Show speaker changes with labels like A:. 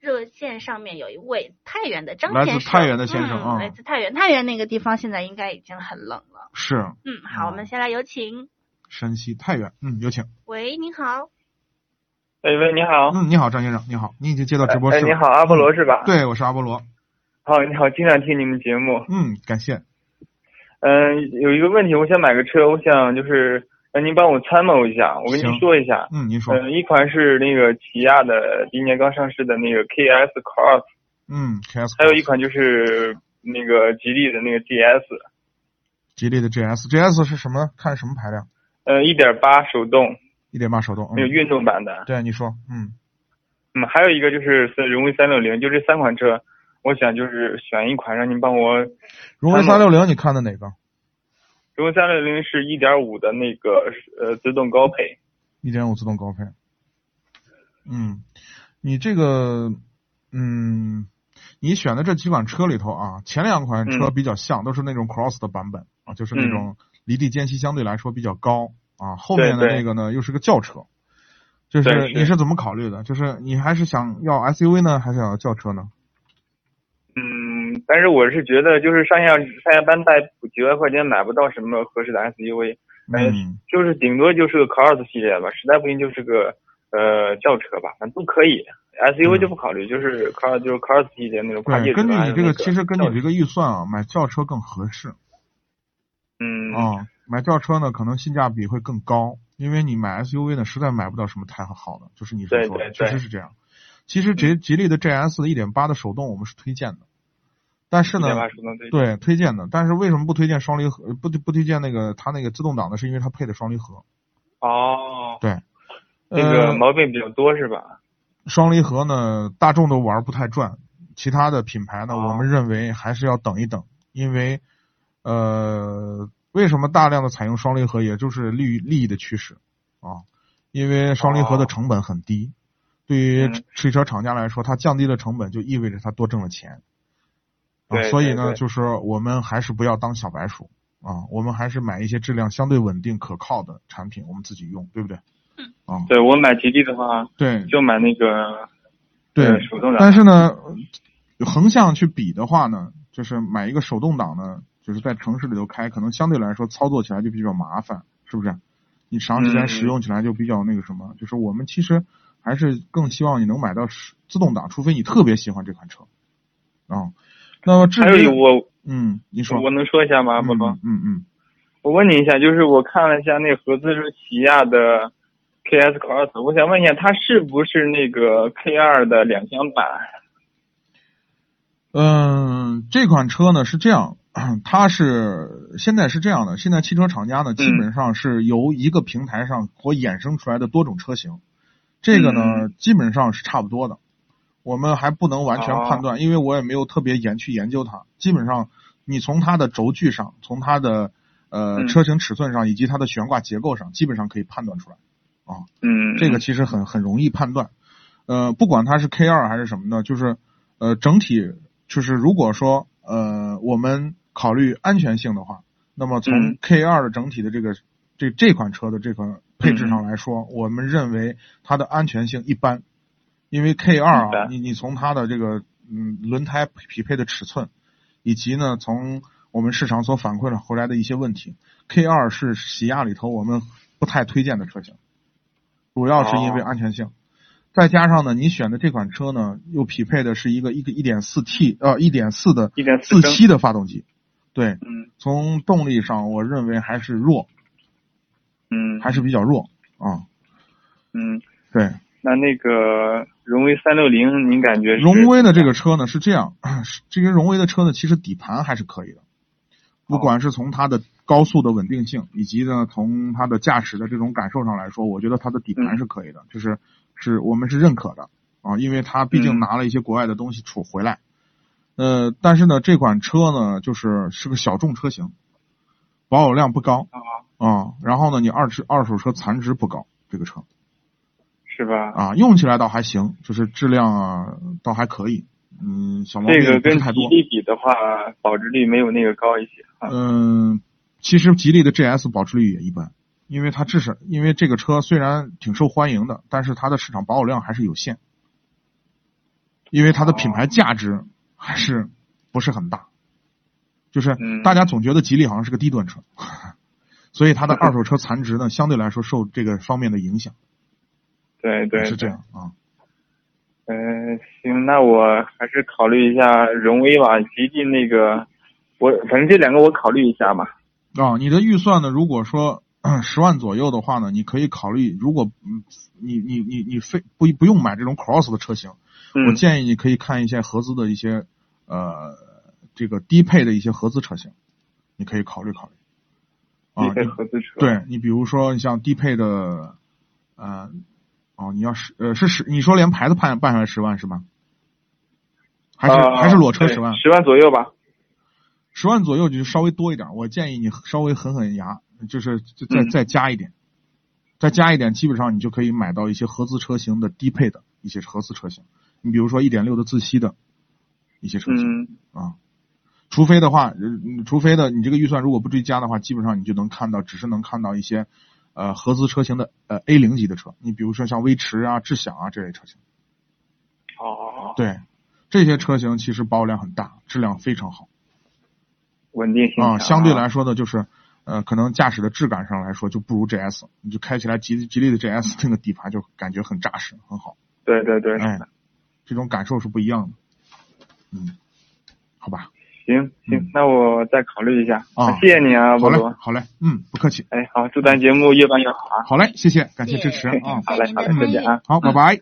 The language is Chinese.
A: 热线上面有一位太原的张
B: 来自
A: 先生，
B: 太原的先生
A: 嗯
B: 啊
A: 来自太原，太原那个地方现在应该已经很冷了。
B: 是
A: 嗯，好，我们先来有请。
B: 山西太原，嗯，有请。
A: 喂，您好，
C: 喂喂，你好，
B: 嗯，你好，张先生，你好，你已经接到直播室
C: 哎，
B: 了。
C: 你好，阿波罗是吧？，
B: 对，我是阿波罗。
C: 好，你好，经常听你们节目。
B: 嗯，感谢。
C: 嗯，有一个问题，我想买个车，我想就是让您帮我参谋一下，我跟您
B: 行
C: 说一下。
B: 嗯，您说。
C: 嗯，一款是那个起亚的，今年刚上市的那个 KS Cross，
B: 嗯，KS。
C: 还有一款就是那个吉利的那个 GS，
B: 吉利的 GS，GS 是什么？看什么排量？
C: 呃，一点八手动，
B: 一点八手动。
C: 那个
B: 嗯，
C: 运动版的。
B: 对，你说。嗯，
C: 嗯，还有一个就是荣威三六零，就这三款车，我想就是选一款，让您帮我。
B: 荣威三
C: 参
B: 六零，你看的哪个？
C: 荣威三六零是一点五的那个呃自动高配。
B: 一点五自动高配。嗯，你这个，嗯，你选的这几款车里头啊，前两款车
C: 嗯
B: 比较像，都是那种 cross 的版本啊，就是那
C: 嗯
B: 种离地间隙相对来说比较高啊。后
C: 对
B: 面的
C: 对
B: 那个呢，又是个轿车。就是
C: 对
B: 你
C: 是
B: 是怎么考虑的？就是你还是想要 SUV 呢，还是想要轿车呢？
C: 嗯，但是我是觉得，就是上下上下班带几万块钱买不到什么合适的 SUV，哎
B: 嗯，
C: 就是顶多就是个 Cross 系列吧，实在不行就是个呃轿车吧，反正都可以。
B: 嗯
C: SUV 就不考虑，就是 Cross 就是 Cross 系列那种跨界
B: 对，
C: 车。
B: 根据
C: 还
B: 你
C: 有
B: 这
C: 那
B: 个，
C: 个，
B: 其实根据你这个预算啊，买轿车更合适。
C: 嗯
B: 啊，买轿车呢，可能性价比会更高，因为你买 SUV 呢，实在买不到什么太好的，就是你所
C: 对
B: 说的，
C: 对
B: 确
C: 对嗯
B: 实是这样。其实吉吉利的 GS 的1.8的手动我们是推荐的，但是呢，
C: 1.8手动对
B: 对推荐的，但是为什么不推荐双离合？不不推荐那个它那个自动挡的，是因为它配的双离合。
C: 哦，
B: 呃
C: 那个毛病比较多是吧？
B: 双离合呢，大众都玩不太转，其他的品牌呢，
C: 哦
B: 我们认为还是要等一等，因为呃，为什么大量的采用双离合，也就是利于利益的驱使啊，因为双离合的
C: 哦
B: 成本很低，对于
C: 嗯
B: 汽车厂家来说，它降低了成本，就意味着它多挣了钱。啊，
C: 对
B: 所以
C: 对
B: 呢，
C: 对
B: 就是我们还是不要当小白鼠啊，我们还是买一些质量相对稳定、可靠的产品，我们自己用，对不对？
A: 嗯。
B: 啊，
C: 对我买吉利的话，
B: 对
C: 就买那个
B: 对
C: 呃手动挡。
B: 但是呢，横向去比的话呢，就是买一个手动挡呢，就是在城市里头开，可能相对来说操作起来就比较麻烦，是不是？你长时间
C: 嗯
B: 使用起来就比较那个什么，就是我们其实还是更希望你能买到手自动挡，除非你特别喜欢这款车啊、那么至
C: 还有一
B: 于
C: 我
B: 嗯，你说
C: 我能说一下吗，阿波罗？
B: 嗯嗯嗯
C: 我问你一下，就是我看了一下那个合资是起亚的 KS Cross，我想问一下，它是不是那个 K 二的两厢版？
B: 嗯，这款车呢是这样，它是现在是这样的，现在汽车厂家呢基本上是由一个平台上所衍生出来的多种车型，这个呢基本上是差不多的。我们还不能完全判断，因为我也没有特别研去研究它。基本上，你从它的轴距上，从它的呃
C: 嗯
B: 车型尺寸上，以及它的悬挂结构上，基本上可以判断出来。
C: 嗯，
B: 这个其实很很容易判断。呃，不管它是 K 二还是什么呢，就是呃整体就是如果说呃我们考虑安全性的话，那么从
C: 嗯
B: K 二的整体的这个这这款车的这款配置
C: 嗯
B: 上来说，我们认为它的安全性一般，因为 K 二
C: 一
B: 啊，
C: 般
B: 你你从它的这个嗯轮胎匹配的尺寸，以及呢从我们市场所反馈了回来的一些问题，K 二是起亚里头我们不太推荐的车型，主要是因为
C: 哦
B: 安全性。再加上呢，你选的这款车呢，又匹配的是一个一个一点四 T 呃一点四的
C: 1.4
B: 自
C: 升
B: 吸的发动机，对，
C: 嗯
B: 从动力上我认为还是弱，
C: 嗯
B: 还是比较弱啊、
C: 嗯，
B: 对，
C: 那那个荣威三六零，您感觉是
B: 荣威的这个车呢是这样， 是这个荣威的车呢，其实底盘还是可以的，不管是从它的高速的稳定性，以及呢从它的驾驶的这种感受上来说，我觉得它的底盘
C: 嗯
B: 是可以的，就是是我们是认可的啊，因为它毕竟
C: 嗯
B: 拿了一些国外的东西储回来。呃，但是呢，这款车呢，就是是个小众车型，保有量不高
C: 啊、
B: 啊、然后呢，你二手二手车残值不高，这个车
C: 是吧？
B: 啊，用起来倒还行，就是质量啊倒还可以，嗯，小毛
C: 这个
B: 病不
C: 跟
B: 是太
C: 吉
B: 多。
C: 利比的话，保值率没有那个高一些啊。
B: 嗯，其实吉利的 GS 保值率也一般，因为它至少因为这个车虽然挺受欢迎的，但是它的市场保有量还是有限。因为它的品牌价值还是不是很大，就是
C: 嗯
B: 大家总觉得吉利好像是个低端车， 所以它的二手车残值呢相对来说受这个方面的影响，
C: 对对，
B: 是这样啊。
C: 嗯，行，那我还是考虑一下荣威吧，吉利那个，我反正这两个我考虑一下吧。
B: 啊、你的预算呢？如果说 十万左右的话呢，你可以考虑，如果嗯你你你你非不不用买这种 cross 的车型，
C: 嗯
B: 我建议你可以看一些合资的一些呃这个低配的一些合资车型，你可以考虑考虑。啊，
C: 一些
B: 你
C: 合资车。，
B: 对你比如说你像低配的，呃，哦，你要十呃是十，你说连牌子判办下来十万是吧？还是、
C: 啊、
B: 还是裸车
C: 对
B: 十万？
C: 十万左右吧。
B: 十万左右就稍微多一点，我建议你稍微狠狠牙，就是就再
C: 嗯
B: 再加一点，再加一点，基本上你就可以买到一些合资车型的低配的一些合资车型，你比如说一点六的自吸的一些车型、
C: 嗯，
B: 啊，除非的话，呃除非的你这个预算如果不追加的话，基本上你就能看到，只是能看到一些呃合资车型的呃 A 零级的车，你比如说像威驰啊、智享啊这类车型，
C: 哦，
B: 对，这些车型其实保有量很大，质量非常好。
C: 稳定性
B: 啊，
C: 强
B: 相对来说呢，就是呃，可能驾驶的质感上来说就不如 GS，你就开起来吉吉利的 GS 那个底盘就感觉很扎实，很好，
C: 对对对，
B: 哎，这种感受是不一样的。嗯，好吧，
C: 行
B: 嗯
C: 行，那我再考虑一下。
B: 啊
C: 谢谢你啊，
B: 好
C: 波
B: 嘞
C: 罗，。
B: 好嘞，嗯，不客气，
C: 哎，好，祝咱节目越办越好啊。
B: 好嘞，谢谢，感谢支持
A: 谢谢
B: 啊，
C: 好嘞，好嘞，再见啊。
B: 好，拜拜。